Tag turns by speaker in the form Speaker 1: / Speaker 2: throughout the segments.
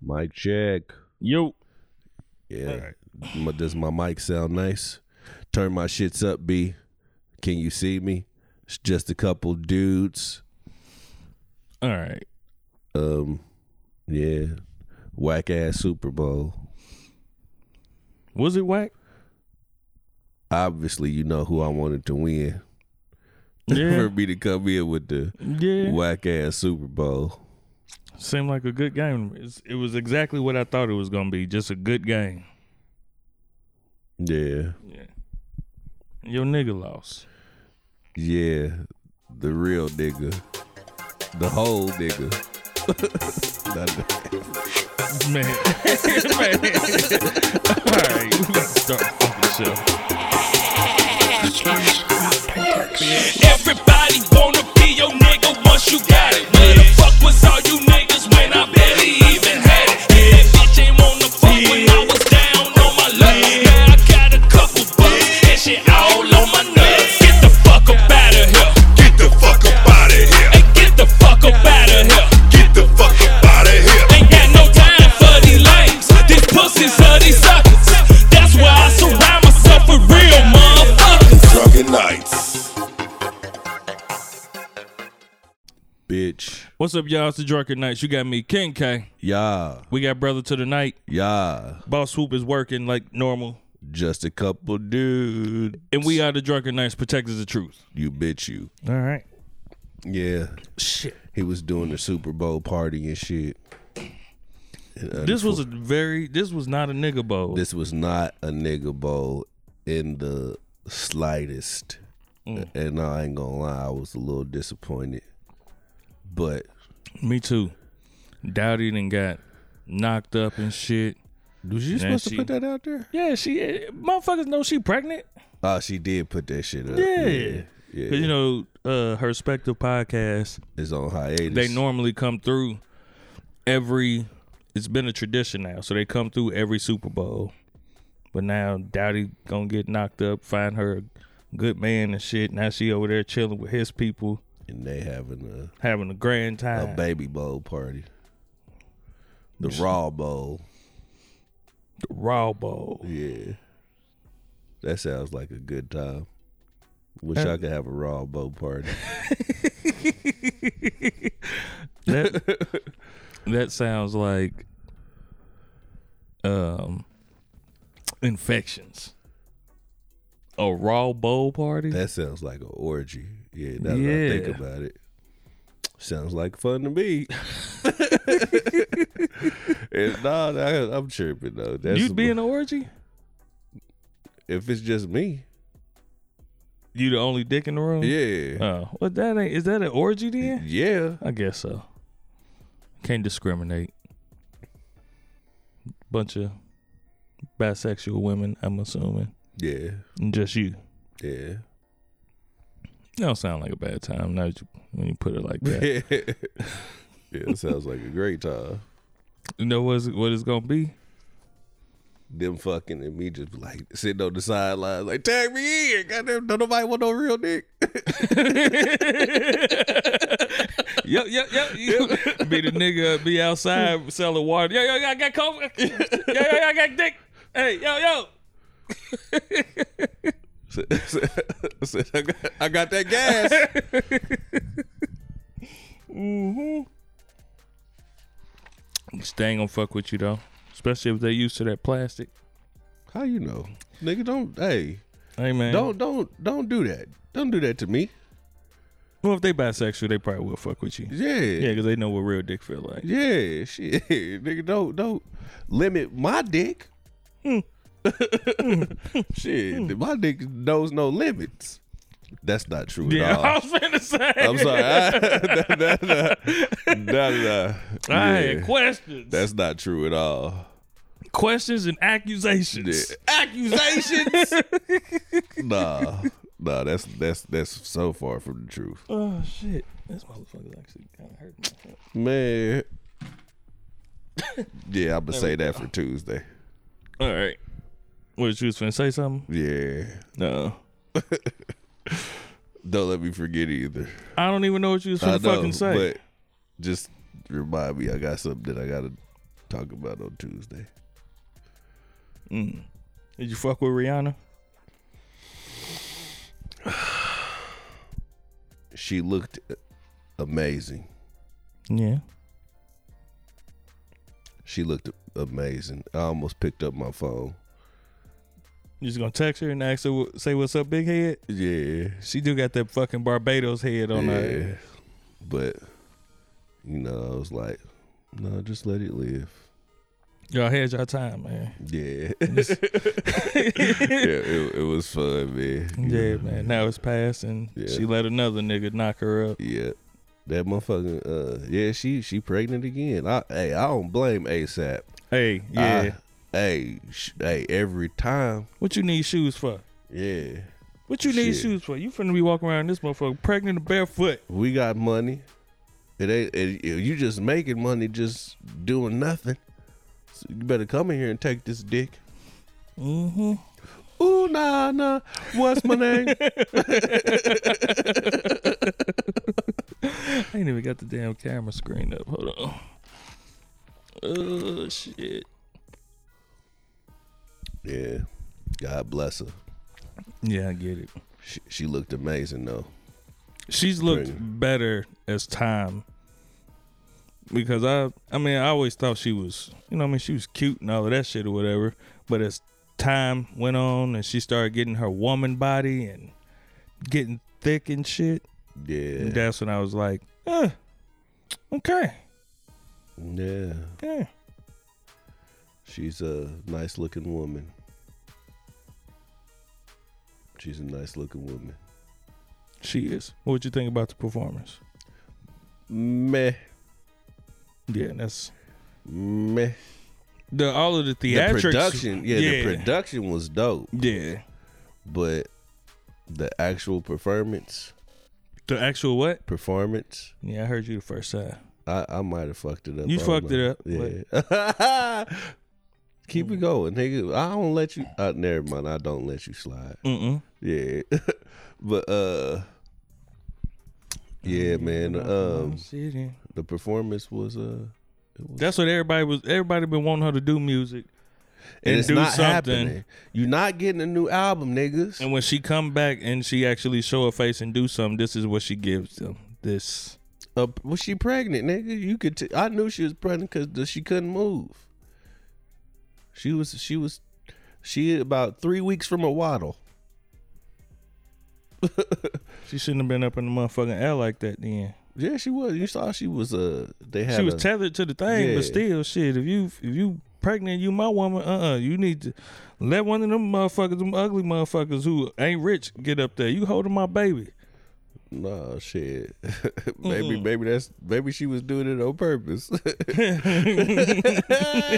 Speaker 1: Mic check.
Speaker 2: Yo.
Speaker 1: Yeah. My- does my mic sound nice? Turn my shits up, B. Can you see me? It's just a couple dudes.
Speaker 2: All right.
Speaker 1: Um, yeah. Whack ass Super Bowl.
Speaker 2: Was it whack?
Speaker 1: Obviously, you know who I wanted to win. For
Speaker 2: Yeah.
Speaker 1: me to come in with the
Speaker 2: yeah.
Speaker 1: whack ass Super Bowl.
Speaker 2: Seemed like a good game. It's, it was exactly what I thought it was going to be. Just a good game.
Speaker 1: Yeah.
Speaker 2: Yeah. Your nigga lost.
Speaker 1: Yeah. The real nigga. The whole nigga. Not the-
Speaker 2: Man. Man. All right. We got to start the fucking show.
Speaker 3: Everybody wanna be your nigga once you got it. Where the fuck was all you niggas when I barely even had it? Yeah, that bitch ain't wanna fuck when I was down on my luck. Now I got a couple bucks, that shit all on my nuts. Get the fuck up out of here.
Speaker 4: Get the fuck up out of here.
Speaker 3: Hey, get the fuck up out of here.
Speaker 4: Get the fuck up out of here.
Speaker 3: Ain't got no time for these lames. These pussies are these suckers. That's why I surround myself with real motherfuckers.
Speaker 4: Drunken nights.
Speaker 1: Bitch.
Speaker 2: What's up, y'all? It's the Drunken Knights. You got me, King K.
Speaker 1: Yeah.
Speaker 2: We got Brother to the Night.
Speaker 1: Yeah.
Speaker 2: Boss Swoop is working like normal.
Speaker 1: Just a couple dudes.
Speaker 2: And we are the Drunken Knights, protectors of truth.
Speaker 1: You bitch you.
Speaker 2: All right.
Speaker 1: Yeah.
Speaker 2: Shit.
Speaker 1: He was doing the Super Bowl party and shit.
Speaker 2: This was a very, this was not a nigga bowl.
Speaker 1: This was not a nigga bowl in the slightest.
Speaker 2: Mm.
Speaker 1: And I ain't gonna lie, I was a little disappointed. But
Speaker 2: Me too. Dowdy done got knocked up and shit.
Speaker 1: was you
Speaker 2: supposed to put
Speaker 1: that out there?
Speaker 2: Yeah, she eh, motherfuckers know she pregnant.
Speaker 1: Oh, she did put that shit up.
Speaker 2: Yeah.
Speaker 1: Yeah.
Speaker 2: Cause you know, uh her respective podcast,
Speaker 1: it's on hiatus.
Speaker 2: they normally come through every it's been a tradition now. So they come through every Super Bowl. But now Dowdy gonna get knocked up, find her a good man and shit. Now she over there chilling with his people,
Speaker 1: and they having
Speaker 2: having a grand
Speaker 1: a, a
Speaker 2: time.
Speaker 1: baby bowl party. The raw bowl.
Speaker 2: Raw Bowl.
Speaker 1: Yeah. That sounds like a good time. Wish I could have a raw bow party.
Speaker 2: That that sounds like um infections. A raw bowl party?
Speaker 1: That sounds like an orgy. Yeah, now that I
Speaker 2: Yeah.
Speaker 1: think about it. Sounds like fun to me. and nah, nah, I'm tripping though. That's
Speaker 2: You'd be in an orgy?
Speaker 1: if it's just me.
Speaker 2: You the only dick in the room?
Speaker 1: Yeah.
Speaker 2: Oh, well that ain't is that an orgy then?
Speaker 1: yeah.
Speaker 2: I guess so. Can't discriminate. Bunch of bisexual women, I'm assuming.
Speaker 1: Yeah.
Speaker 2: And just you.
Speaker 1: Yeah.
Speaker 2: That don't sound like a bad time now that you, when you put it like that.
Speaker 1: yeah, it sounds like a great time.
Speaker 2: you know what's, what it's gonna be?
Speaker 1: Them fucking and me just like sitting on the sidelines, like tag me in. Goddamn, don't nobody want no real dick.
Speaker 2: Yep, yep, yep. You be the nigga, be outside selling water. Yo, yo, yo, I got COVID. Yo, yo, yo, I got dick. Hey, yo, yo.
Speaker 1: Said- said- said, I, got, I got that gas.
Speaker 2: They ain't gonna fuck with you though, especially if they used to that plastic.
Speaker 1: How you know, nigga? Don't hey,
Speaker 2: Hey man,
Speaker 1: don't don't don't do that. Don't do that to me.
Speaker 2: Well, if they bisexual, they probably will fuck with you.
Speaker 1: Yeah,
Speaker 2: Yeah,
Speaker 1: yeah,
Speaker 2: because they know what real dick feel like.
Speaker 1: shit, nigga. Don't don't limit my dick.
Speaker 2: Hmm.
Speaker 1: shit, my dick knows no limits. That's not true
Speaker 2: Yeah,
Speaker 1: at all.
Speaker 2: I was finna say.
Speaker 1: I'm sorry. I, nah, nah, nah, nah, nah.
Speaker 2: I
Speaker 1: Yeah,
Speaker 2: had questions.
Speaker 1: that's not true at all.
Speaker 2: questions and accusations.
Speaker 1: Accusations. nah, nah. That's that's that's so far from the truth,
Speaker 2: Oh shit, this motherfucker's actually kind of hurt. My head.
Speaker 1: man. yeah, I'm gonna say that for Tuesday.
Speaker 2: All right, what you was finna say something?
Speaker 1: Yeah,
Speaker 2: No.
Speaker 1: don't let me forget either.
Speaker 2: I don't even know what you was
Speaker 1: I
Speaker 2: finna
Speaker 1: know,
Speaker 2: fucking say.
Speaker 1: but just remind me. I got something that I gotta talk about on Tuesday.
Speaker 2: Mm. Did you fuck with Rihanna?
Speaker 1: She looked amazing.
Speaker 2: Yeah.
Speaker 1: She looked amazing. I almost picked up my phone.
Speaker 2: You just gonna text her and ask her, wh- say what's up, big head?
Speaker 1: Yeah.
Speaker 2: She do got that fucking Barbados head on her.
Speaker 1: But you know, I was like, no, just let it live.
Speaker 2: Y'all had your time, man.
Speaker 1: Yeah. yeah, it, it was fun, man. You
Speaker 2: Yeah,
Speaker 1: know?
Speaker 2: man. Now it's past, and
Speaker 1: Yeah.
Speaker 2: she let another nigga knock her up.
Speaker 1: Yeah. That motherfucking uh yeah, she she pregnant again. I hey, I don't blame ASAP.
Speaker 2: Hey, yeah.
Speaker 1: I, hey, sh- hey, every time.
Speaker 2: what you need shoes for?
Speaker 1: Yeah.
Speaker 2: What you need
Speaker 1: Shit.
Speaker 2: shoes for? You finna be walking around this motherfucker pregnant and barefoot.
Speaker 1: We got money. It ain't it, you just making money just doing nothing. So you better come in here and take this dick.
Speaker 2: Mm-hmm.
Speaker 1: Ooh nah nah. What's my name?
Speaker 2: I ain't even got the damn camera screen up. Hold on. Oh shit.
Speaker 1: yeah. God bless her.
Speaker 2: Yeah, I get it.
Speaker 1: She, she looked amazing though.
Speaker 2: She's looked
Speaker 1: Pregnant.
Speaker 2: better as time. Because I I mean, I always thought she was you know, what I mean she was cute and all of that shit or whatever. But as time went on and she started getting her woman body and getting thick and shit,
Speaker 1: Yeah.
Speaker 2: that's when I was like, eh, okay.
Speaker 1: Yeah.
Speaker 2: Yeah.
Speaker 1: She's a nice looking woman. She's a nice looking woman.
Speaker 2: She is. What'd you think about the performance?
Speaker 1: Meh.
Speaker 2: Yeah, that's
Speaker 1: Meh.
Speaker 2: the all of the
Speaker 1: The
Speaker 2: theatrics.
Speaker 1: production, yeah,
Speaker 2: yeah,
Speaker 1: the production was dope,
Speaker 2: yeah.
Speaker 1: but the actual performance,
Speaker 2: The actual what?
Speaker 1: performance,
Speaker 2: Yeah, I heard you the first time.
Speaker 1: I, I might have fucked it up.
Speaker 2: You
Speaker 1: I don't
Speaker 2: fucked it up,
Speaker 1: Yeah. Keep it going, nigga. I don't let you. Uh, never mind. I don't let you slide.
Speaker 2: Mm-mm.
Speaker 1: Yeah, but uh, yeah,
Speaker 2: Mm-hmm.
Speaker 1: man. Um, the performance was uh, it was,
Speaker 2: That's what everybody was. Everybody been wanting her to do music,
Speaker 1: and
Speaker 2: and
Speaker 1: it's
Speaker 2: do
Speaker 1: not
Speaker 2: something.
Speaker 1: happening. You're not getting a new album, niggas.
Speaker 2: and when she come back and she actually show her face and do something, this is what she gives them. This
Speaker 1: uh, was she pregnant, nigga? You could. T- I knew she was pregnant because she couldn't move. She was. She was. She about three weeks from a waddle.
Speaker 2: she shouldn't have been up in the motherfucking air like that. Then
Speaker 1: Yeah, she was. You saw she was. Uh, they had.
Speaker 2: she was
Speaker 1: a-
Speaker 2: tethered to the thing,
Speaker 1: Yeah.
Speaker 2: but still, shit. If you if you pregnant, you my woman. Uh, uh you need to let one of them motherfuckers, them ugly motherfuckers who ain't rich, get up there. You holding my baby.
Speaker 1: Nah, shit. maybe, maybe that's maybe she was doing it on purpose.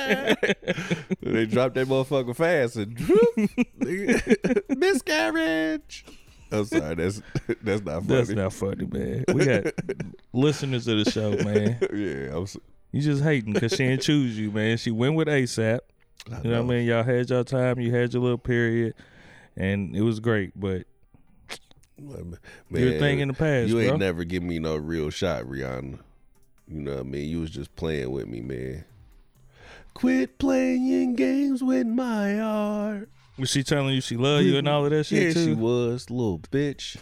Speaker 1: they dropped that motherfucker fast and nigga, miscarriage. I'm sorry, that's that's not funny.
Speaker 2: That's not funny, man. We got listeners of the show, man.
Speaker 1: yeah, I'm. s-
Speaker 2: You just hating because she didn't choose you, man. She went with ASAP.
Speaker 1: I
Speaker 2: You know
Speaker 1: know.
Speaker 2: what I mean? Y'all had your time. You had your little period, and it was great. But
Speaker 1: Man,
Speaker 2: Good thing in the past,
Speaker 1: You ain't
Speaker 2: bro.
Speaker 1: never give me no real shot, Rihanna. You know what I mean? You was just playing with me, man. Quit playing games with my heart.
Speaker 2: was she telling you she loved you and all of that shit
Speaker 1: yeah,
Speaker 2: too?
Speaker 1: she was little bitch.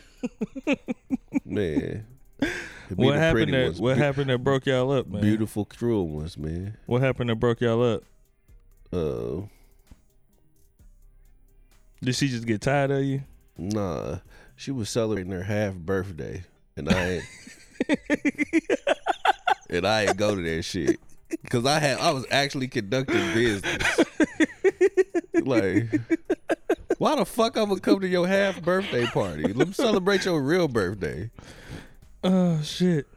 Speaker 1: man, Be
Speaker 2: What
Speaker 1: the
Speaker 2: happened?
Speaker 1: pretty
Speaker 2: That
Speaker 1: ones.
Speaker 2: what
Speaker 1: Be-
Speaker 2: happened that broke y'all up, man?
Speaker 1: Beautiful, cruel ones, man.
Speaker 2: What happened that broke y'all up?
Speaker 1: Uh,
Speaker 2: Did she just get tired of you?
Speaker 1: nah, she was celebrating her half birthday, and I ain't, and I ain't go to that shit because I had I was actually conducting business. like, why the fuck I'm gonna come to your half birthday party? Let me celebrate your real birthday.
Speaker 2: Oh shit!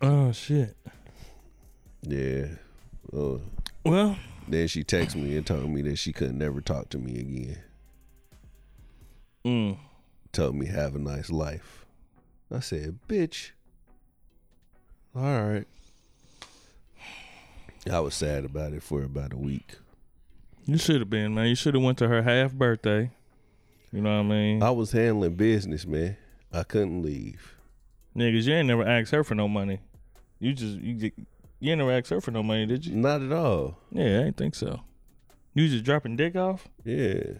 Speaker 2: Oh shit!
Speaker 1: Yeah. Uh,
Speaker 2: Well,
Speaker 1: Then she texted me and told me that she could never talk to me again.
Speaker 2: mm,
Speaker 1: Told me have a nice life. I said, bitch. All right. I was sad about it for about a week.
Speaker 2: you should have been, man. You should have went to her half birthday. You know what I mean?
Speaker 1: I was handling business, man. I couldn't leave.
Speaker 2: Niggas, you ain't never asked her for no money. You just you get you interact her for no money, did you?
Speaker 1: Not at all.
Speaker 2: Yeah, I ain't think so. You was just dropping dick off,
Speaker 1: Yeah,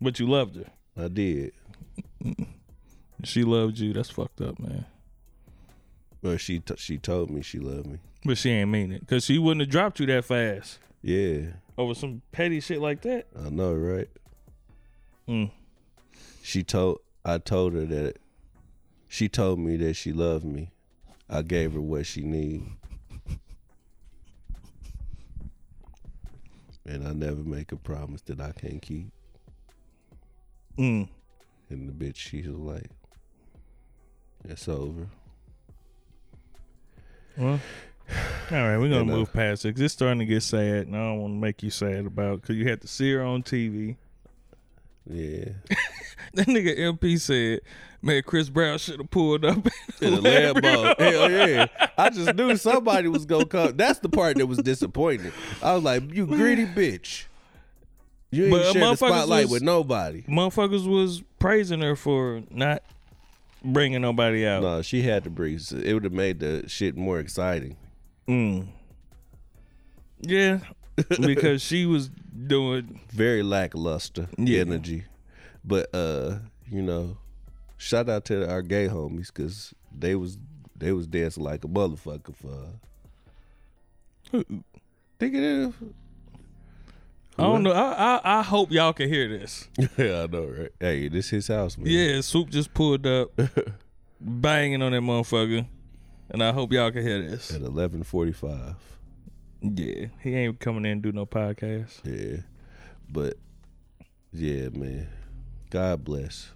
Speaker 2: but you loved her.
Speaker 1: I did.
Speaker 2: She loved you. That's fucked up, man.
Speaker 1: But she t- she told me she loved me.
Speaker 2: But she ain't mean it because she wouldn't have dropped you that fast
Speaker 1: Yeah,
Speaker 2: over some petty shit like that.
Speaker 1: I know, right?
Speaker 2: Mm.
Speaker 1: She told I told her that she told me that she loved me. I gave her what she needed. And I never make a promise that I can't keep.
Speaker 2: Mm.
Speaker 1: And the bitch she was like, It's over.
Speaker 2: Well, all right, we're gonna
Speaker 1: And, uh,
Speaker 2: move past it. 'cause It's starting to get sad, and I don't want to make you sad about because you had to see her on TV.
Speaker 1: Yeah.
Speaker 2: That nigga MP said, "Man, Chris Brown should have pulled up."
Speaker 1: In the lab boat. Hell yeah. I just knew somebody was gonna come. That's the part that was disappointing. I was like, You greedy bitch. You ain't
Speaker 2: But, uh,
Speaker 1: share the
Speaker 2: motherfuckers
Speaker 1: spotlight
Speaker 2: was-
Speaker 1: with nobody.
Speaker 2: Motherfuckers was praising her for not bringing nobody out.
Speaker 1: No, she had to breathe. So It would have made the shit more exciting.
Speaker 2: Yeah, because she was doing.
Speaker 1: Very lackluster
Speaker 2: Yeah.
Speaker 1: energy. But uh, you know, shout out to our gay homies cuz they was they was dancing like a motherfucker for Think it is.
Speaker 2: I don't know. I, I I hope y'all can hear this.
Speaker 1: yeah, I know, right? Hey, this his house, man.
Speaker 2: Yeah, Swoop just pulled up, banging on that motherfucker, and I hope y'all can hear this.
Speaker 1: At eleven forty five.
Speaker 2: Yeah, he ain't coming in and do no podcast.
Speaker 1: Yeah. But yeah, man. God bless.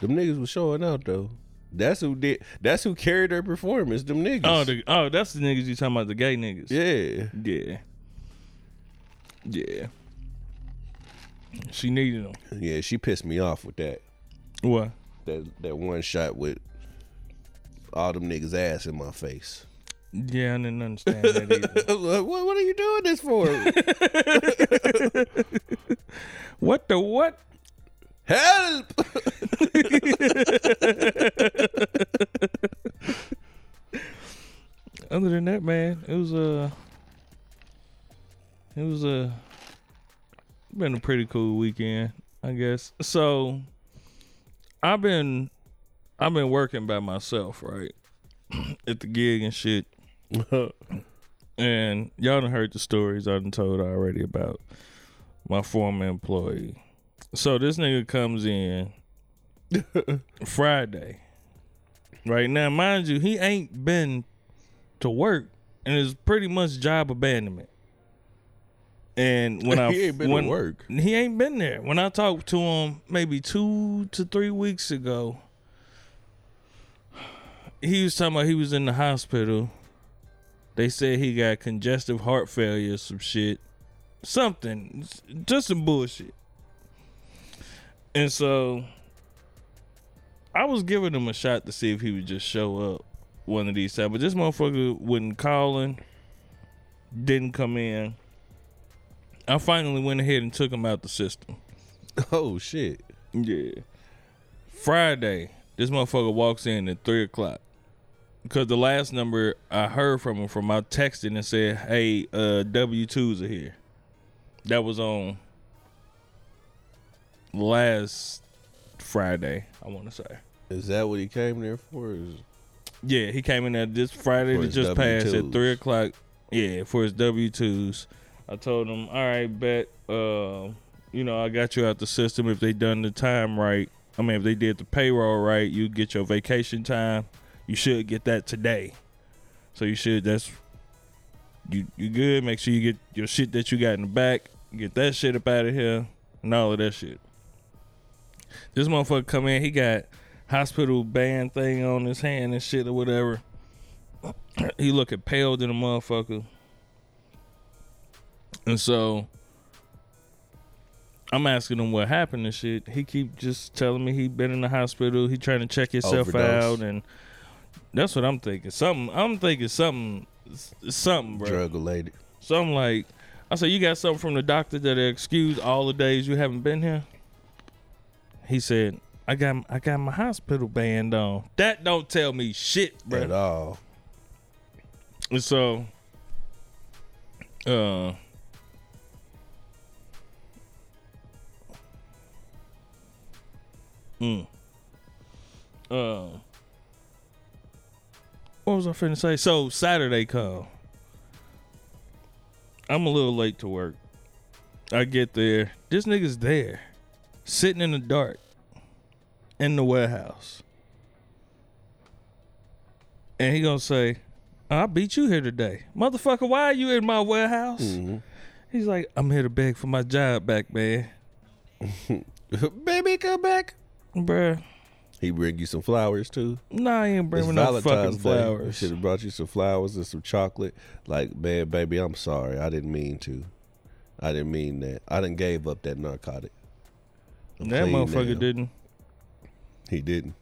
Speaker 1: Them niggas was showing out though. That's who did that's who carried their performance, them niggas.
Speaker 2: Oh, the, oh, that's the niggas you talking about, the gay niggas.
Speaker 1: yeah.
Speaker 2: yeah, yeah. She needed him.
Speaker 1: Yeah, she pissed me off with that.
Speaker 2: What?
Speaker 1: That that one shot with all them niggas ass in my face.
Speaker 2: Yeah, I didn't understand that either.
Speaker 1: I was like, what, what are you doing this for?
Speaker 2: what the what?
Speaker 1: Help!
Speaker 2: Other than that, man, it was uh, it was uh, been a pretty cool weekend, I guess. So, I've been, I've been working by myself, right, at the gig and shit. and y'all done heard the stories I done told already about my former employee. So this nigga comes in Friday. Right now, mind you, he ain't been to work and it's pretty much job abandonment. And when I
Speaker 1: He ain't been to
Speaker 2: when-
Speaker 1: work.
Speaker 2: he ain't been there. When I talked to him maybe two to three weeks ago, he was talking about he was in the hospital. They said he got congestive heart failure, some shit, something, s- just some bullshit. And so, I was giving him a shot to see if he would just show up one of these times, but this motherfucker wasn't calling, didn't come in. I finally went ahead and took him out the system.
Speaker 1: oh shit.
Speaker 2: Yeah. Friday, this motherfucker walks in at three o'clock. Because the last number I heard from him from my texting and said, Hey, uh W twos are here. That was on last Friday, I wanna say.
Speaker 1: Is that what he came there for? Is-
Speaker 2: Yeah, he came in there this Friday
Speaker 1: For
Speaker 2: that
Speaker 1: his
Speaker 2: just passed at
Speaker 1: W-2s.
Speaker 2: three o'clock. Yeah, for his W twos. I told him, all right, bet. Uh, you know, I got you out the system. If they done the time right, I mean, if they did the payroll right, you get your vacation time. You should get that today. So you should. That's you. You good? Make sure you get your shit that you got in the back. Get that shit up out of here and all of that shit. This motherfucker come in. He got hospital band thing on his hand and shit or whatever. he looking pale than a motherfucker. And so I'm asking him what happened and shit. He keep just telling me he been in the hospital. He trying to check himself
Speaker 1: Overdose.
Speaker 2: out and that's what I'm thinking. Something I'm thinking something something, bro.
Speaker 1: Drug related.
Speaker 2: So I'm like, I said, you got something from the doctor that excused all the days you haven't been here? He said, I got I got my hospital band on. That don't tell me shit,
Speaker 1: At
Speaker 2: bro.
Speaker 1: all.
Speaker 2: And so, uh, mm, uh, what was I finna say? So Saturday call. I'm a little late to work. I get there. This nigga's there, sitting in the dark, in the warehouse, and he gonna say. I beat you here today. Motherfucker, why are you in my warehouse?
Speaker 1: Mm-hmm.
Speaker 2: He's like, I'm here to beg for my job back, man.
Speaker 1: Baby, come back.
Speaker 2: Bruh,
Speaker 1: He bring you some flowers too.
Speaker 2: nah, I ain't bringing no fucking flowers.
Speaker 1: Should have brought you some flowers and some chocolate. Like, man, baby, I'm sorry. I didn't mean to. I didn't mean that. I didn't gave up that narcotic. I'm
Speaker 2: That
Speaker 1: clean
Speaker 2: motherfucker
Speaker 1: now.
Speaker 2: didn't.
Speaker 1: He didn't.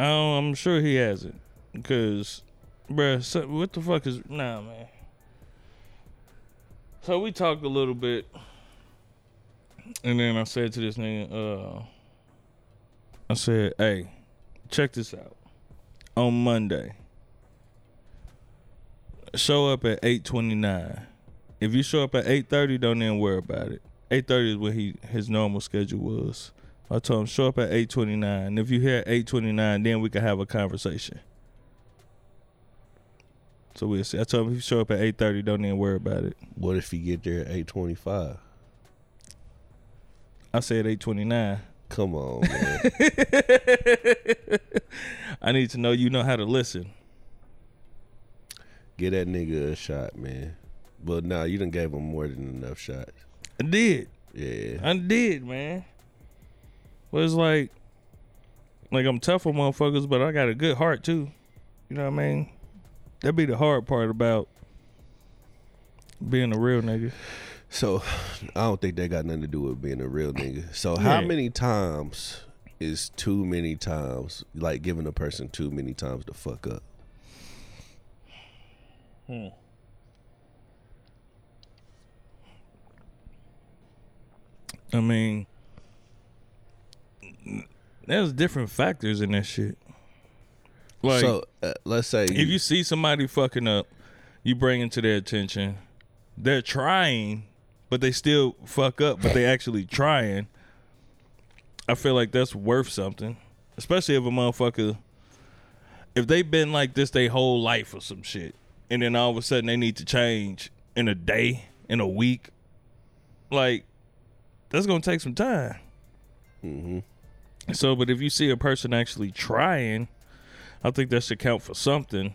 Speaker 2: I don't, I'm sure he hasn't. Because, bruh, so, what the fuck is. Nah, man. So we talked a little bit. And then I said to this nigga, uh, I said, hey, check this out. On Monday, show up at 8.29. If you show up at 8.30, don't even worry about it. 8.30 is what he his normal schedule was. I told him show up at 8.29. If you here at 8.29, then we can have a conversation. So we'll see. I told him if you show up at 8.30, don't even worry about it.
Speaker 1: What if he get there at eight twenty five?
Speaker 2: I said 8.29.
Speaker 1: Come on, man.
Speaker 2: I need to know you know how to listen.
Speaker 1: Get that nigga a shot, man. But nah, you done gave him more than enough shots.
Speaker 2: I did.
Speaker 1: Yeah.
Speaker 2: I did, man. But it's like, like I'm tough on motherfuckers, but I got a good heart too. You know what I mean? That be the hard part about being a real nigga.
Speaker 1: So I don't think that got nothing to do with being a real nigga. So how
Speaker 2: Yeah.
Speaker 1: many times is too many times like giving a person too many times to fuck up?
Speaker 2: I mean, there's different factors in that shit. Like,
Speaker 1: so uh, let's say
Speaker 2: if you see somebody fucking up, you bring it to their attention. They're trying, but they still fuck up, but they actually trying. I feel like that's worth something. Especially if a motherfucker if they've been like this their whole life or some shit. And then all of a sudden they need to change in a day, in a week. Like, that's gonna take some time. So, but if you see a person actually trying, I think that should count for something,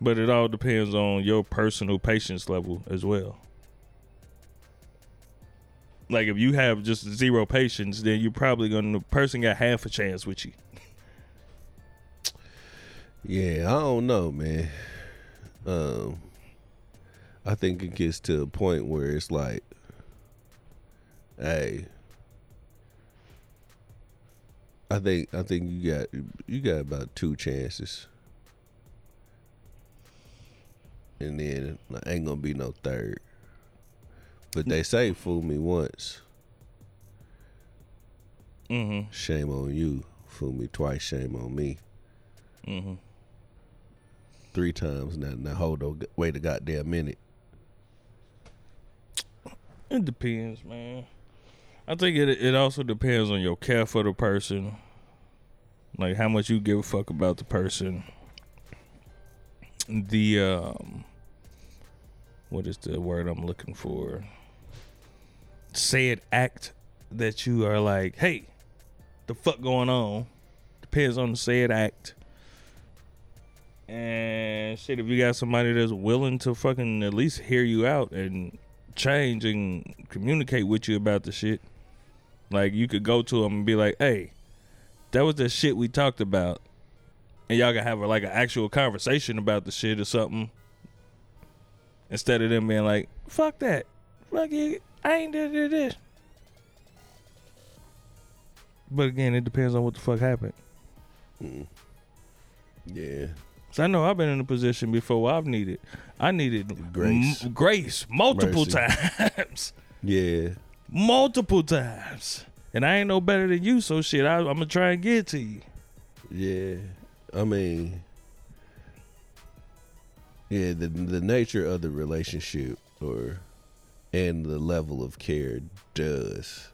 Speaker 2: but it all depends on your personal patience level as well. Like if you have just zero patience, then you're probably gonna the person got half a chance with you.
Speaker 1: Yeah, I don't know, man. Um, I think it gets to a point where it's like, hey, I think I think you got you got about two chances, and then like, ain't gonna be no third. But they say fool me once,
Speaker 2: Mm-hmm.
Speaker 1: shame on you. Fool me twice, shame on me.
Speaker 2: Mhm.
Speaker 1: Three times, now now hold on, wait a goddamn minute.
Speaker 2: It depends, man. I think it it also depends on your care for the person, like how much you give a fuck about the person. The um, what is the word I'm looking for? Said act that you are like, hey, the fuck going on? Depends on the said act. And shit, if you got somebody that's willing to fucking at least hear you out and change and communicate with you about the shit, like you could go to them and be like, "Hey, that was the shit we talked about," and y'all can have like an actual conversation about the shit or something, instead of them being like, "Fuck that, fuck you, I ain't did did this." But again, it depends on what the fuck happened.
Speaker 1: Yeah.
Speaker 2: So I know I've been in a position before where I've needed, I needed
Speaker 1: Grace.
Speaker 2: m- grace multiple
Speaker 1: Mercy.
Speaker 2: times,
Speaker 1: Yeah.
Speaker 2: multiple times, and I ain't no better than you. So shit, I, I'm gonna try and get to you.
Speaker 1: Yeah. I mean Yeah, the the nature of the relationship or and the level of care does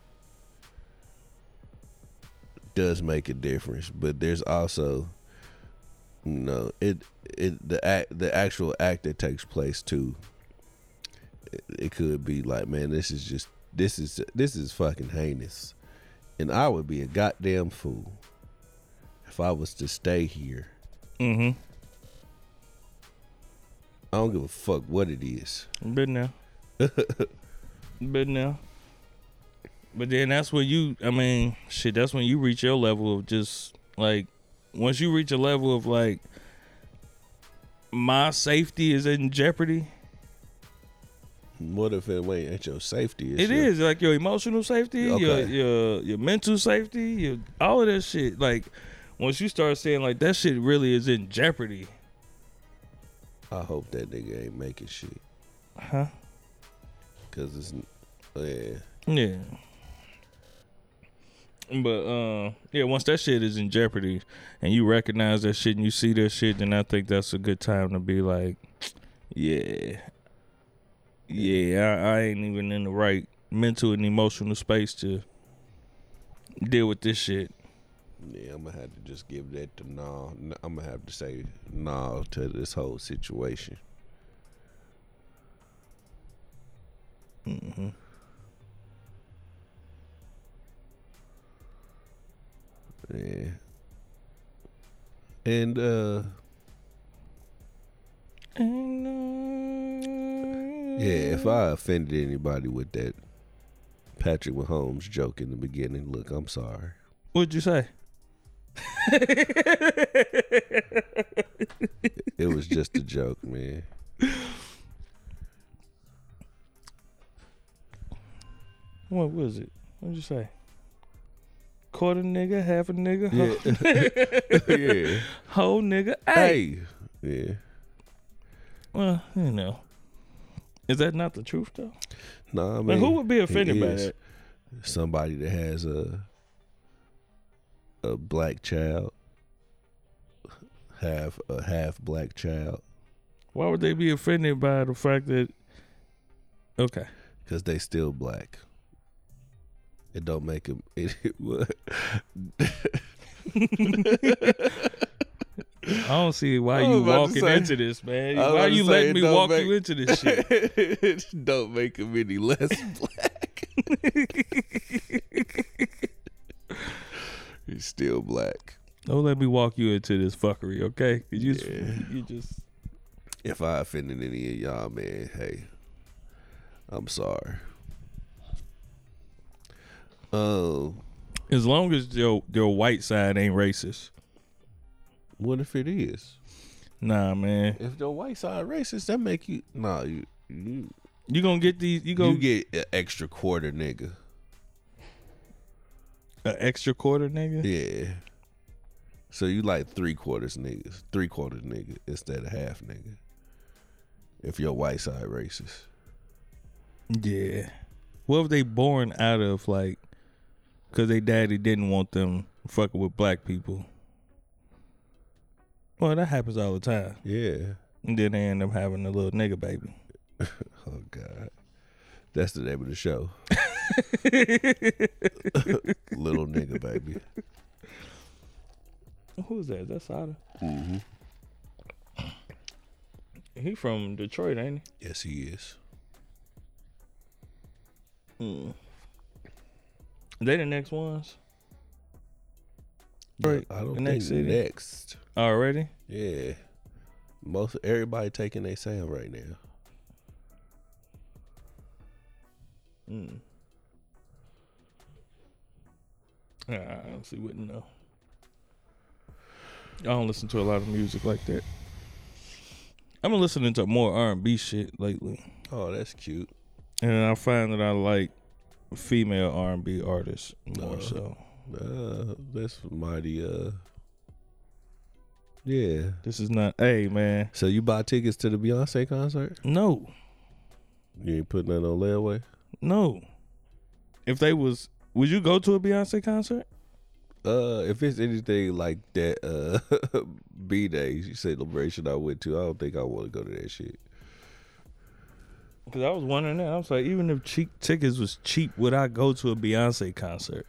Speaker 1: does make a difference, but there's also you know, it it the act the actual act that takes place too. It, it could be like, man, this is just this is this is fucking heinous. And I would be a goddamn fool if I was to stay here
Speaker 2: Mm-hmm.
Speaker 1: I don't give a fuck what it is.
Speaker 2: But now. but now. But then that's when you I mean, shit, that's when you reach your level of just like once you reach a level of like my safety is in jeopardy.
Speaker 1: What if it ain't at your safety?
Speaker 2: It is like your emotional safety, your
Speaker 1: Okay.
Speaker 2: your your mental safety, your all of that shit. Like once you start saying like that shit really is in jeopardy.
Speaker 1: I hope that nigga ain't making shit.
Speaker 2: Huh?
Speaker 1: Cause it's yeah.
Speaker 2: Yeah. But uh yeah, once that shit is in jeopardy and you recognize that shit and you see that shit, then I think that's a good time to be like, Yeah. Yeah, I, I ain't even in the right mental and emotional space to deal with this shit.
Speaker 1: Yeah, I'm gonna have to just give that to nah. I'm gonna have to say nah to this whole situation. Mm-hmm. Yeah. And uh
Speaker 2: And, uh,
Speaker 1: Yeah, if I offended anybody with that Patrick Mahomes joke in the beginning, look, I'm sorry.
Speaker 2: What'd you say?
Speaker 1: It was just a joke, man.
Speaker 2: What was it? What'd you say? Quarter nigga, half a nigga,
Speaker 1: Yeah.
Speaker 2: ho-
Speaker 1: yeah.
Speaker 2: whole nigga. hey.
Speaker 1: Hey. Yeah.
Speaker 2: Well, you know. Is that not the truth though?
Speaker 1: Nah, I mean,
Speaker 2: Like who would be
Speaker 1: he
Speaker 2: offended by
Speaker 1: is
Speaker 2: that?
Speaker 1: Somebody that has a a black child, half a half black child,
Speaker 2: Why would they be offended by the fact that Okay.
Speaker 1: because they still black. It don't make him. It, what?
Speaker 2: I don't see why
Speaker 1: was
Speaker 2: you
Speaker 1: about to
Speaker 2: walking
Speaker 1: say-
Speaker 2: into this, man.
Speaker 1: I was
Speaker 2: Why
Speaker 1: about to
Speaker 2: you
Speaker 1: say,
Speaker 2: letting
Speaker 1: it
Speaker 2: me
Speaker 1: don't
Speaker 2: walk
Speaker 1: make-
Speaker 2: you into this shit?
Speaker 1: it don't make him any less black. He's still black.
Speaker 2: Don't let me walk you into this fuckery, okay? 'Cause You just, you just
Speaker 1: If I offended any of y'all, man, hey, I'm sorry. Um,
Speaker 2: as long as your your white side ain't racist.
Speaker 1: what if it is?
Speaker 2: Nah, man.
Speaker 1: If the white side racist, that make you nah you you,
Speaker 2: You gonna get these you gonna
Speaker 1: you get an extra quarter, nigga.
Speaker 2: an extra quarter, nigga?
Speaker 1: Yeah. So you like three quarters niggas, three quarters nigga instead of half nigga. If your white side racist,
Speaker 2: Yeah. What if they born out of like cause they daddy didn't want them fucking with black people? Well, that happens all the time.
Speaker 1: yeah.
Speaker 2: And then they end up having a little nigga baby.
Speaker 1: Oh God, that's the name of the show. Little nigga baby.
Speaker 2: Who's that? That's Sada. Mm-hmm. He from Detroit, ain't
Speaker 1: Yes, he is.
Speaker 2: Mm. he? They the next ones
Speaker 1: Right. I don't
Speaker 2: The next
Speaker 1: think
Speaker 2: city.
Speaker 1: next.
Speaker 2: already.
Speaker 1: Yeah. Most everybody taking their sound right now.
Speaker 2: Hmm. Nah, I honestly wouldn't know. I don't listen to a lot of music like that. I've been listening to more R and B shit lately,
Speaker 1: Oh, that's cute.
Speaker 2: and I find that I like female R and B artists more so.
Speaker 1: Uh, that's mighty. Uh, yeah.
Speaker 2: This is not, hey man,
Speaker 1: So you buy tickets to the Beyonce concert?
Speaker 2: no,
Speaker 1: You ain't putting that on layaway?
Speaker 2: no. If they was, would you go to a Beyonce concert?
Speaker 1: Uh, if it's anything like that, uh, B Day celebration I went to, I don't think I want to go to that shit.
Speaker 2: Because I was wondering that. I was like, even if cheap tickets was cheap, would I go to a Beyonce concert?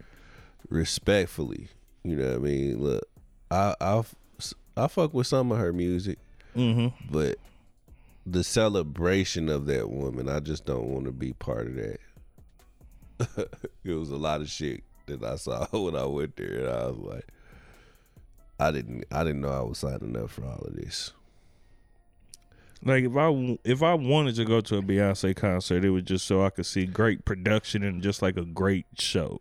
Speaker 1: Respectfully, you know what I mean. Look, I I f- I fuck with some of her music, mm-hmm. but the celebration of that woman, I just don't want to be part of that. it was a lot of shit that I saw when I went there, and I was like, I didn't I didn't know I was signing up for all of this.
Speaker 2: Like if I w- if I wanted to go to a Beyonce concert, it was just so I could see great production and just like a great show,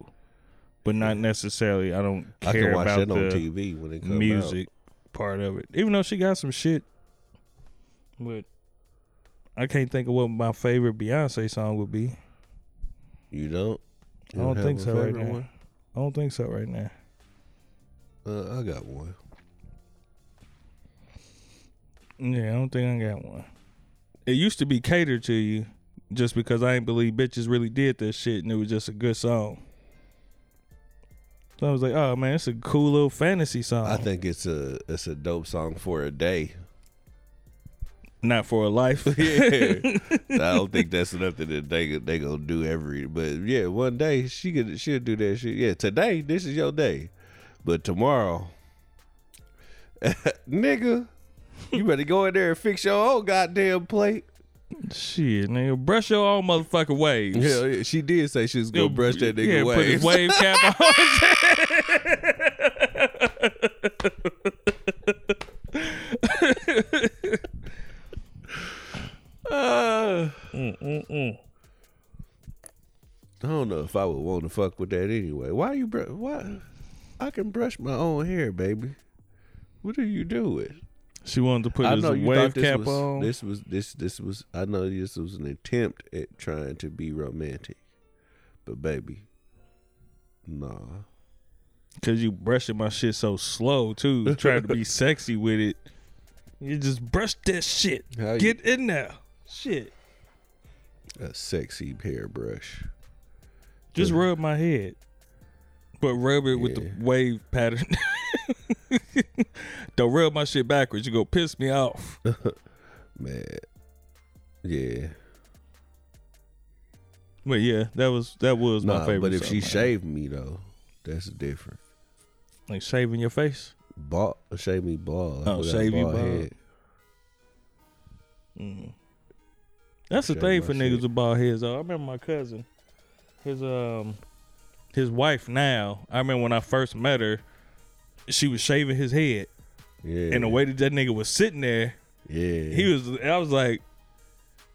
Speaker 2: but not necessarily. I don't care
Speaker 1: I can watch
Speaker 2: about
Speaker 1: that on
Speaker 2: the
Speaker 1: TV when it comes
Speaker 2: music part of it. Even though she got some shit, but I can't think of what my favorite Beyonce song would be.
Speaker 1: You don't?
Speaker 2: I don't think so right now. I don't think so right now.
Speaker 1: Uh, I got one.
Speaker 2: Yeah, I don't think I got one. It used to be catered to you, just because I ain't believe bitches really did that shit, and it was just a good song. So I was like, oh man, it's a cool little fantasy song.
Speaker 1: I think it's a it's a dope song for a day.
Speaker 2: not for a life.
Speaker 1: Yeah. I don't think that's nothing that they they gonna do every. But yeah, one day she could she'll do that shit. Yeah, today this is your day, but tomorrow, nigga, you better go in there and fix your own goddamn plate.
Speaker 2: Shit, nigga, brush your own motherfucking waves.
Speaker 1: Hell yeah, she did say she was gonna
Speaker 2: Yo,
Speaker 1: brush that nigga
Speaker 2: yeah, Put
Speaker 1: away.
Speaker 2: his wave cap on.
Speaker 1: I don't know if I would want to fuck with that anyway. Why you brush? Why? I can brush my own hair, baby. What are you doing?
Speaker 2: She wanted to put
Speaker 1: I
Speaker 2: his
Speaker 1: know you
Speaker 2: wave
Speaker 1: thought this
Speaker 2: cap
Speaker 1: was,
Speaker 2: on.
Speaker 1: This was this this was. I know this was an attempt at trying to be romantic, but baby, nah.
Speaker 2: Cause you brushing my shit so slow too, trying to be sexy with it. You just brush that shit.
Speaker 1: How you-
Speaker 2: Get in there. Shit.
Speaker 1: A sexy hairbrush.
Speaker 2: Just rub my head. But rub it with the wave pattern. Don't rub my shit backwards. You go piss me off.
Speaker 1: man. Yeah,
Speaker 2: But yeah, that was that was my
Speaker 1: nah.
Speaker 2: favorite.
Speaker 1: But if
Speaker 2: song,
Speaker 1: she
Speaker 2: man.
Speaker 1: shaved me though, that's different.
Speaker 2: like shaving your face,
Speaker 1: Ball, shave me ball. I
Speaker 2: Oh,
Speaker 1: forgot
Speaker 2: shave you
Speaker 1: bald
Speaker 2: bald.
Speaker 1: head.
Speaker 2: Mm-hmm. that's the
Speaker 1: Shave
Speaker 2: thing
Speaker 1: my
Speaker 2: for
Speaker 1: shit.
Speaker 2: niggas with bald heads. Though I remember my cousin, his um, his wife now. I remember when I first met her, she was shaving his head,
Speaker 1: Yeah,
Speaker 2: and the way that that nigga was sitting there,
Speaker 1: yeah,
Speaker 2: he was. I was like,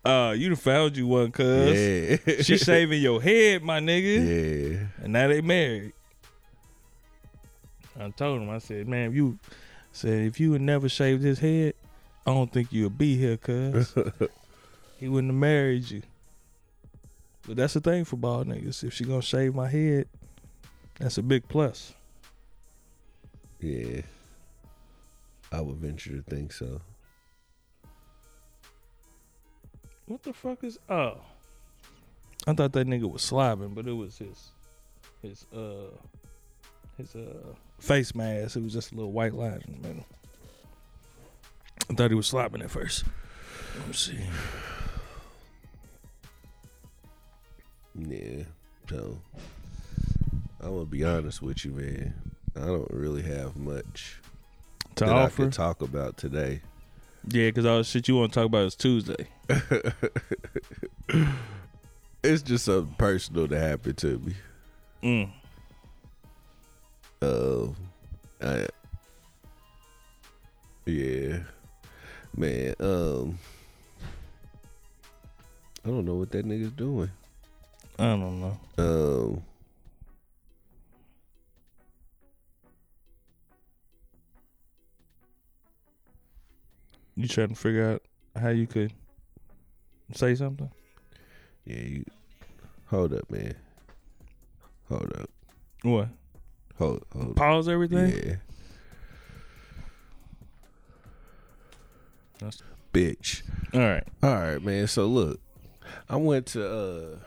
Speaker 2: "Uh, you done found you one, cuz."
Speaker 1: yeah,
Speaker 2: She shaving your head, my nigga.
Speaker 1: yeah.
Speaker 2: And now they married. I told him, I said, man, if you said if you had never shaved his head, I don't think you'd be here, cuz. he wouldn't have married you. But that's the thing for bald niggas. If she gonna shave my head, that's a big plus.
Speaker 1: Yeah. I would venture to think so.
Speaker 2: What the fuck is oh? I thought that nigga was slobbing, but it was his his uh his uh face mask. It was just a little white line in the middle. I thought he was slobbing at first. Let me see.
Speaker 1: Yeah. So I'm gonna be honest with you, man. I don't really have much
Speaker 2: To
Speaker 1: that I
Speaker 2: offer.
Speaker 1: could talk about today.
Speaker 2: yeah, because all the shit you want to talk about is Tuesday.
Speaker 1: It's just something personal that happened to me.
Speaker 2: Mm.
Speaker 1: Uh, I, yeah, man. Um, I don't know what that nigga's doing.
Speaker 2: I don't know.
Speaker 1: Um,
Speaker 2: You trying to figure out how you could say something?
Speaker 1: yeah, you hold up, man. Hold up.
Speaker 2: What?
Speaker 1: Hold, hold up.
Speaker 2: Pause everything?
Speaker 1: Yeah.
Speaker 2: That's-
Speaker 1: Bitch.
Speaker 2: All right.
Speaker 1: All right, man. So look, I went to uh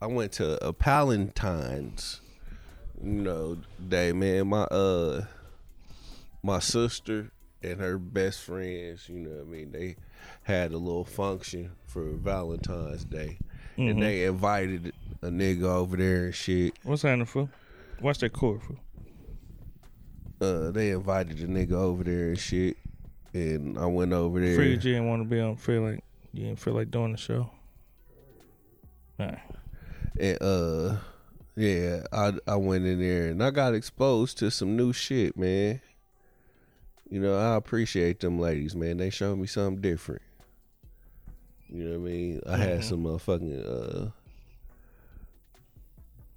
Speaker 1: I went to a uh, Palantine's No, day man, my uh, my sister and her best friends, you know, what I mean, they had a little function for Valentine's Day, and they invited a nigga over there and shit.
Speaker 2: What's happening, fool? Watch that cord, fool.
Speaker 1: Uh, they invited a nigga over there and shit, and I went over there.
Speaker 2: Free, you didn't want to be on. Feel like you didn't feel like doing the show. All right.
Speaker 1: and uh yeah i i went in there and i got exposed to some new shit man you know i appreciate them ladies man they showed me something different you know what i mean i had some motherfucking uh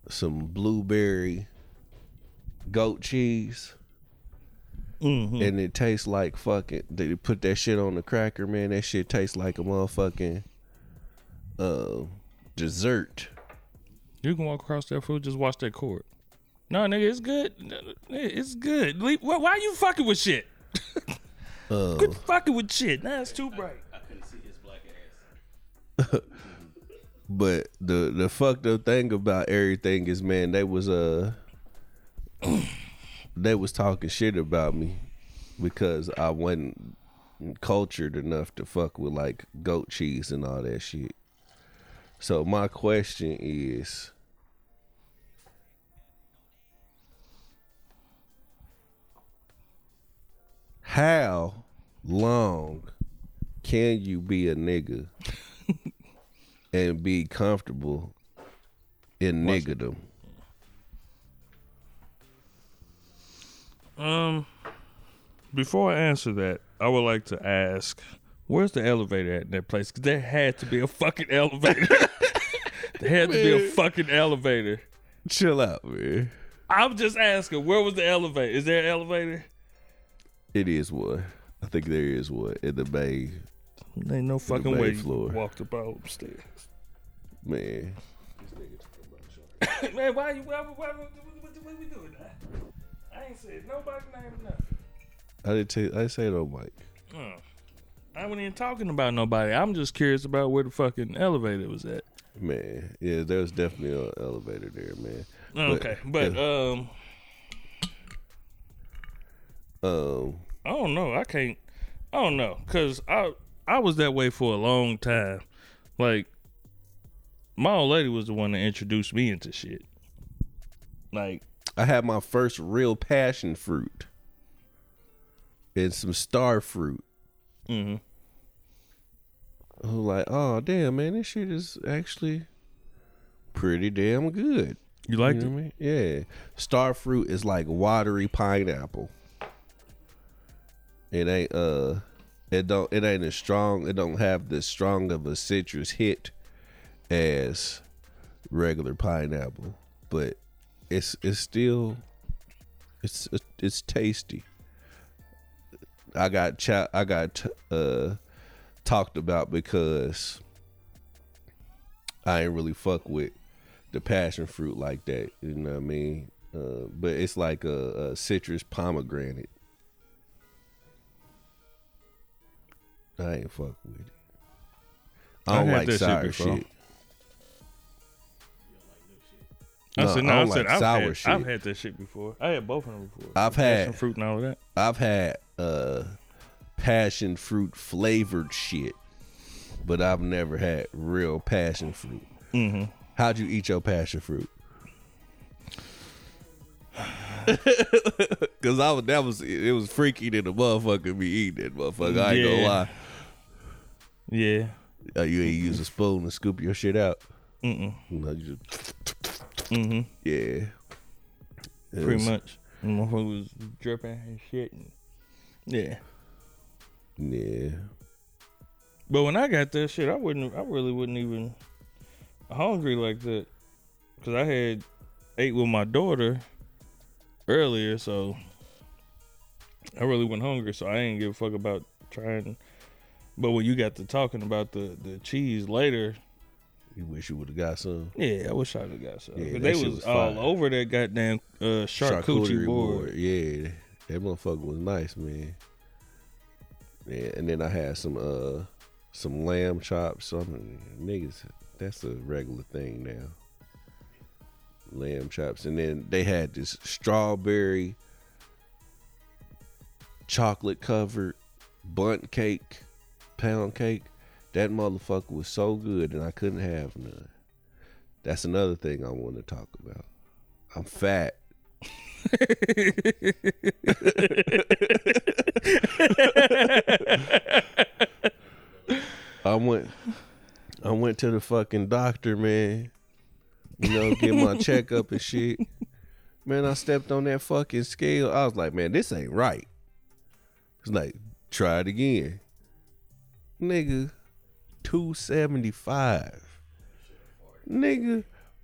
Speaker 1: some blueberry goat cheese
Speaker 2: Mm-hmm.
Speaker 1: and it tastes like fucking. They put that shit on the cracker, man. That shit tastes like a motherfucking uh, dessert.
Speaker 2: You can walk across that food. Just watch that cord. No, nigga, it's good. It's good. Leave, why, why you fucking with shit? Quit fucking with shit. Nah, it's too bright.
Speaker 1: But the the fucked up thing about everything is, man, they was uh, they was talking shit about me because I wasn't cultured enough to fuck with like goat cheese and all that shit. So my question is, how long can you be a nigga and be comfortable in niggerdom?
Speaker 2: Um, before I answer that, I would like to ask, where's the elevator at in that place? 'Cause there had to be a fucking elevator. there had to be a fucking elevator.
Speaker 1: Chill out, man.
Speaker 2: I'm just asking, where was the elevator? Is there an elevator?
Speaker 1: It is one. I think there is one in the bay,
Speaker 2: Ain't no fucking
Speaker 1: main
Speaker 2: way. you
Speaker 1: floor.
Speaker 2: Walked up all upstairs.
Speaker 1: man.
Speaker 2: Man, why you? Why, why, why, what, what, what we doing that? I ain't said nobody's name or nothing.
Speaker 1: I didn't tell. I didn't say it on mic.
Speaker 2: I wasn't even talking about nobody. I'm just curious about where the fucking elevator was at.
Speaker 1: Man, yeah, there was definitely an elevator there, man.
Speaker 2: Okay, but, um,
Speaker 1: Um,
Speaker 2: I don't know. I can't. I don't know, cause I I was that way for a long time. Like my old lady was the one that introduced me into shit. Like
Speaker 1: I had my first real passion fruit and some star fruit.
Speaker 2: Mhm.
Speaker 1: I was like, oh damn, man, this shit is actually pretty damn good.
Speaker 2: you liked
Speaker 1: You know
Speaker 2: it.
Speaker 1: what I mean? Yeah. Star fruit is like watery pineapple. It ain't uh it don't it ain't as strong it don't have the strong of a citrus hit as regular pineapple. But it's it's still it's it's tasty. I got cha- I got uh talked about because I ain't really fuck with the passion fruit like that. You know what I mean? Uh, but it's like a, a citrus pomegranate. I ain't fuck with it. I
Speaker 2: I
Speaker 1: don't
Speaker 2: had
Speaker 1: like
Speaker 2: that shit
Speaker 1: sour
Speaker 2: before.
Speaker 1: shit.
Speaker 2: I
Speaker 1: No,
Speaker 2: said
Speaker 1: I
Speaker 2: no. I,
Speaker 1: don't
Speaker 2: said
Speaker 1: like
Speaker 2: I've,
Speaker 1: sour
Speaker 2: had,
Speaker 1: shit.
Speaker 2: I've had that shit before. I had both of them before.
Speaker 1: I've
Speaker 2: Passion
Speaker 1: had-
Speaker 2: fruit and all of that.
Speaker 1: I've had uh passion fruit flavored shit, but I've never had real passion fruit. Mm-hmm. How'd you eat your passion fruit? Cause I was that was it was freaky than the motherfucker be eating that motherfucker. I ain't
Speaker 2: Yeah.
Speaker 1: gonna lie.
Speaker 2: Yeah.
Speaker 1: Uh, you ain't use a spoon to scoop your shit out. Mm-mm. No, you just. Yeah. It
Speaker 2: Mm-hmm. Pretty
Speaker 1: was-
Speaker 2: much. Motherfucker was dripping and shit. and- yeah.
Speaker 1: Yeah.
Speaker 2: But when I got that shit, I wouldn't. I really wouldn't even hungry like that because I had ate with my daughter earlier, so I really wasn't hungry. So I didn't give a fuck about trying. But when you got to talking about the the cheese later,
Speaker 1: You wish you would have got some.
Speaker 2: yeah, I wish I'd have got some.
Speaker 1: Yeah,
Speaker 2: 'Cause
Speaker 1: that
Speaker 2: they
Speaker 1: shit
Speaker 2: was,
Speaker 1: was
Speaker 2: all
Speaker 1: fire.
Speaker 2: over that goddamn uh, charcuterie board.
Speaker 1: Yeah, that motherfucker was nice, man. Yeah, and then I had some uh some lamb chops. Some niggas, that's a regular thing now. lamb chops, and then they had this strawberry chocolate covered bunt cake, pound cake. That motherfucker was so good, and I couldn't have none. That's another thing I want to talk about. I'm fat. I went I went to the fucking doctor, man. You know, get my checkup and shit. Man, I stepped on that fucking scale. I was like, man, this ain't right. It's like, try it again. Nigga, 275. Nigga,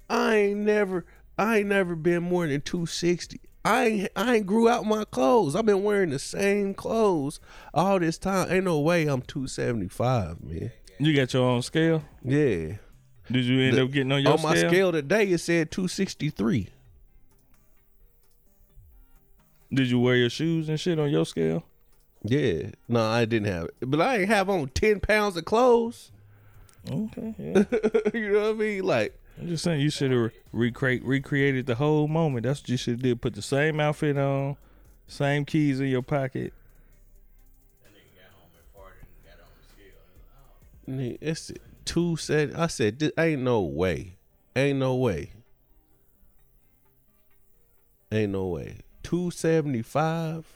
Speaker 1: I ain't never I ain't never been more than 260. I ain't, I ain't grew out my clothes. I've been wearing the same clothes all this time. Ain't no way I'm 275, man.
Speaker 2: You got your own scale?
Speaker 1: Yeah.
Speaker 2: Did you end
Speaker 1: The-
Speaker 2: up getting on your
Speaker 1: on my
Speaker 2: scale?
Speaker 1: scale today, it said 263.
Speaker 2: Did you wear your shoes and shit on your scale?
Speaker 1: Yeah. No, I didn't have it. But I ain't have on 10 pounds of clothes.
Speaker 2: Okay, yeah.
Speaker 1: you know what I mean? Like,
Speaker 2: I'm just saying you should have recreate recreated the whole moment. That's what you should have did. Put the same outfit on, same keys in your pocket.
Speaker 1: nigga, it's two said. I said, this ain't no way. Ain't no way. Ain't no way. 275.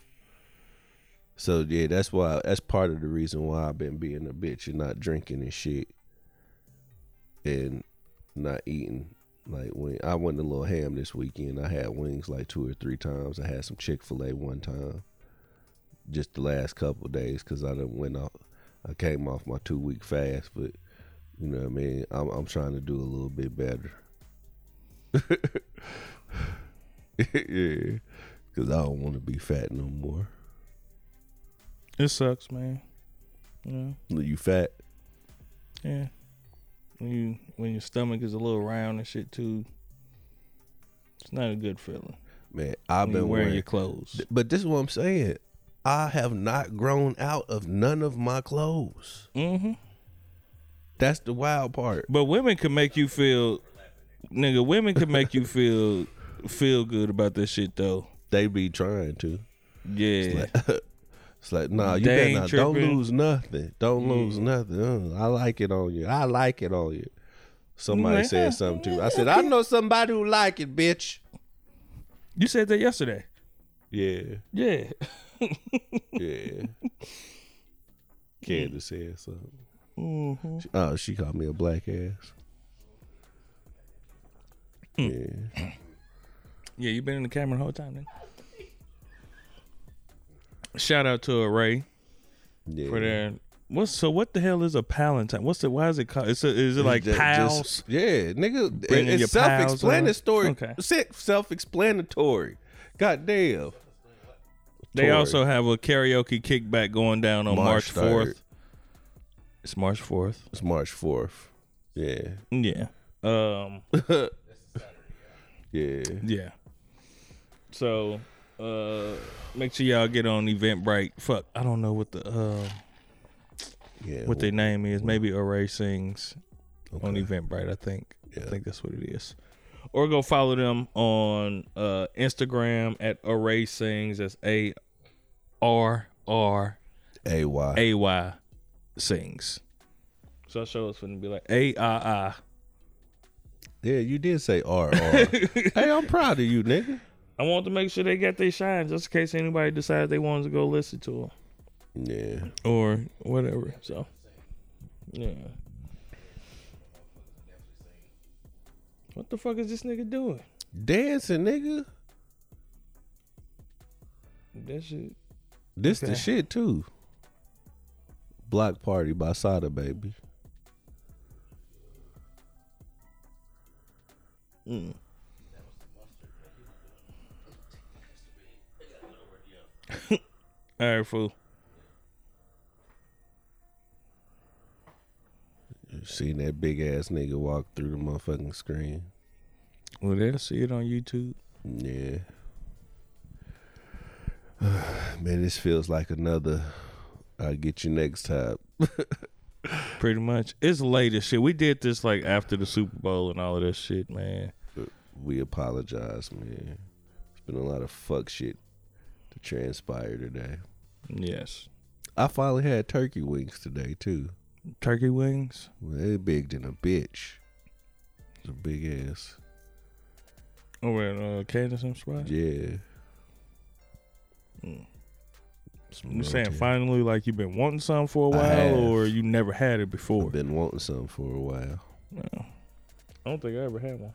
Speaker 1: So, yeah, that's why, that's part of the reason why I've been being a bitch and not drinking and shit. And not eating. Like when I went to Little Ham this weekend, I had wings like two or three times. I had some Chick Fil A one time, just the last couple of days because I done went off. I came off my two week fast, but you know what I mean. I'm, I'm trying to do a little bit better. yeah, because I don't want to be fat no more.
Speaker 2: It sucks, man. Yeah,
Speaker 1: You fat?
Speaker 2: yeah. When you when your stomach is a little round and shit too, it's not a good feeling.
Speaker 1: Man, I've
Speaker 2: When
Speaker 1: been
Speaker 2: you
Speaker 1: wearing.
Speaker 2: wearing your clothes.
Speaker 1: but this is what I'm saying. I have not grown out of none of my clothes.
Speaker 2: Mm-hmm.
Speaker 1: That's the wild part.
Speaker 2: But women can make you feel, nigga. Women can make you feel feel good about this shit though.
Speaker 1: They be trying to.
Speaker 2: Yeah,
Speaker 1: It's like, nah, you
Speaker 2: They
Speaker 1: better
Speaker 2: ain't
Speaker 1: not. Don't
Speaker 2: tripping.
Speaker 1: lose nothing. Don't lose nothing. Uh, I like it on you. I like it on you. Somebody
Speaker 2: Yeah.
Speaker 1: said something to me. I said, I know somebody who like it, bitch.
Speaker 2: you said that yesterday.
Speaker 1: Yeah,
Speaker 2: Yeah.
Speaker 1: yeah. Candace said something.
Speaker 2: Mm-hmm.
Speaker 1: She- Oh, she called me a black ass.
Speaker 2: Hmm.
Speaker 1: Yeah.
Speaker 2: Yeah, you've been in the camera the whole time, then. Shout out to Ray
Speaker 1: yeah.
Speaker 2: for their what's so what the hell is a Palantine? What's it? Why is it called? It's a, is it
Speaker 1: It's
Speaker 2: like
Speaker 1: ju- just-
Speaker 2: pals?
Speaker 1: yeah, nigga. it-
Speaker 2: Bringing your
Speaker 1: It's
Speaker 2: pals around.
Speaker 1: self-explanatory.
Speaker 2: Okay.
Speaker 1: Sick self-explanatory. Goddamn.
Speaker 2: they also have a karaoke kickback going down on March
Speaker 1: March
Speaker 2: fourth.
Speaker 1: 3rd.
Speaker 2: It's March fourth.
Speaker 1: It's March fourth. Yeah,
Speaker 2: Yeah. Um.
Speaker 1: yeah.
Speaker 2: Yeah. So, uh, make sure y'all get on Eventbrite. Fuck, I don't know what the uh,
Speaker 1: Yeah.
Speaker 2: what their name is. Maybe Array Sings on
Speaker 1: Okay.
Speaker 2: Eventbrite. I think. I
Speaker 1: Yeah.
Speaker 2: think that's what it is. Or go follow them on uh, Instagram at Array Sings. That's A R R
Speaker 1: A Y.
Speaker 2: A Y Sings. So that show is going to be like A I I.
Speaker 1: Yeah, you did say R R. hey, I'm proud of you, nigga.
Speaker 2: I want to make sure they got their shine just in case anybody decides they wanted to go listen to them.
Speaker 1: Yeah.
Speaker 2: or whatever. So, yeah. What the fuck is this nigga doing?
Speaker 1: Dancing, nigga.
Speaker 2: That shit.
Speaker 1: This
Speaker 2: Okay.
Speaker 1: the shit too. Block party by Sada, baby.
Speaker 2: All right, fool.
Speaker 1: Seen that big ass nigga walk through the motherfucking screen.
Speaker 2: Well, they'll see it on YouTube.
Speaker 1: Yeah. Man, this feels like another. I'll get you next time.
Speaker 2: Pretty much. It's late as shit. We did this like after the Super Bowl and all of this shit, man.
Speaker 1: we apologize, man. It's been a lot of fuck shit to transpire today.
Speaker 2: Yes.
Speaker 1: I finally had turkey wings today too.
Speaker 2: Turkey wings.
Speaker 1: They big than a bitch. It's a big ass.
Speaker 2: Over at uh, Cadence and Spot.
Speaker 1: Yeah. Some
Speaker 2: You
Speaker 1: real
Speaker 2: saying
Speaker 1: taste.
Speaker 2: finally, like you've been wanting something for a
Speaker 1: I
Speaker 2: while,
Speaker 1: have.
Speaker 2: or you never had it before?
Speaker 1: I've been wanting some for a while.
Speaker 2: I don't think I ever had one.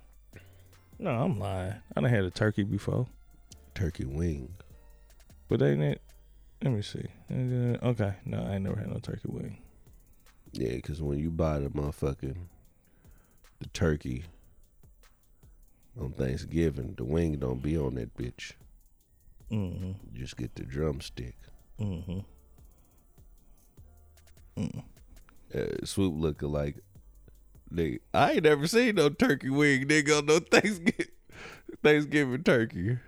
Speaker 2: No, I'm lying. I done had a turkey before,
Speaker 1: Turkey wing.
Speaker 2: but they didn't. Let me see. Uh, Okay, no, I ain't never had no turkey wing.
Speaker 1: Yeah, because when you buy the motherfucking the turkey on Thanksgiving, the wing don't be on that bitch.
Speaker 2: Mm-hmm.
Speaker 1: You just get the drumstick.
Speaker 2: Mm-hmm.
Speaker 1: Mm. Uh, swoop looking like nigga. I ain't never seen no turkey wing nigga on no Thanksgiving Thanksgiving turkey.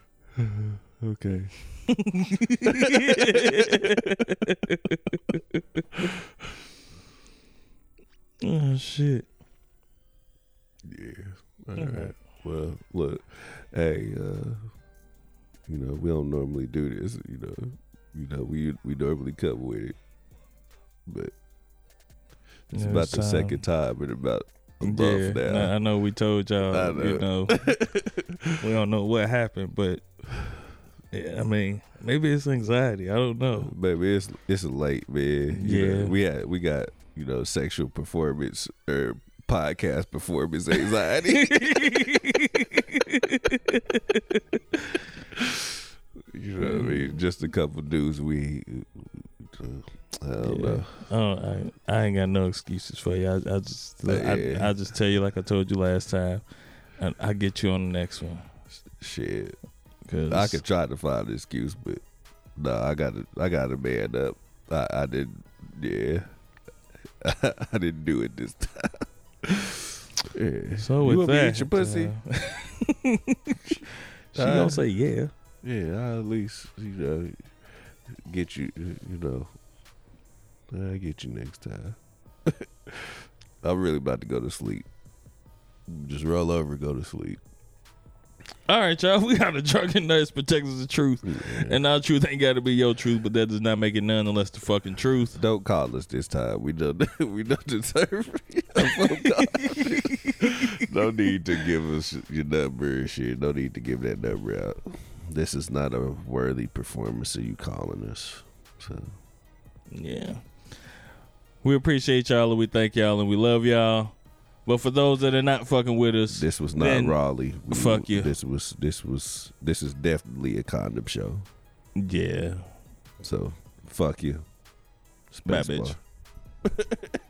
Speaker 1: okay.
Speaker 2: Oh shit.
Speaker 1: Yeah. All
Speaker 2: Mm-hmm.
Speaker 1: right. Well, look, hey, uh, you know, we don't normally do this, you know. You know, we we normally come with it. But it's
Speaker 2: Yeah,
Speaker 1: about
Speaker 2: it's
Speaker 1: the
Speaker 2: time.
Speaker 1: second time in about a
Speaker 2: Yeah,
Speaker 1: month now.
Speaker 2: nah, I know we told y'all,
Speaker 1: I
Speaker 2: you know, we don't know what happened, but yeah, I mean, maybe it's anxiety. I don't know.
Speaker 1: Baby, it's it's late, man. You know,
Speaker 2: Yeah.
Speaker 1: we had we got, you know, sexual performance or podcast performance anxiety. you know what I mean? Just a couple dudes we uh, I don't know.
Speaker 2: Oh, I, I ain't got no excuses for you. I, I just, I,
Speaker 1: Yeah.
Speaker 2: I, just tell you like I told you last time, and I get you on the next one.
Speaker 1: Shit.
Speaker 2: Cause
Speaker 1: I could try to find an excuse, but no, I gotta I gotta man up. I, I didn't yeah. I didn't do it this time. yeah.
Speaker 2: So
Speaker 1: You want
Speaker 2: with
Speaker 1: me to
Speaker 2: that,
Speaker 1: eat your pussy?
Speaker 2: uh, she gonna say yeah.
Speaker 1: Yeah, I at least you know get you you know I get you next time. I'm really about to go to sleep. Just roll over, go to sleep.
Speaker 2: All right, y'all. We got a drunken nurse protects us the truth, and our truth ain't got to be your truth, but that does not make it none unless the fucking truth.
Speaker 1: Don't call us this time. We don't we don't deserve a phone call. no need to give us your number and shit. No need to give that number out. This is not a worthy performance of you calling us. So
Speaker 2: Yeah. We appreciate y'all and we thank y'all and we love y'all. But for those that are not fucking with us,
Speaker 1: This was not
Speaker 2: then-
Speaker 1: Raleigh. We-
Speaker 2: fuck you.
Speaker 1: This was this was this is definitely a condom show.
Speaker 2: Yeah.
Speaker 1: So fuck you.
Speaker 2: Bye,
Speaker 1: Spacebar.
Speaker 2: bitch.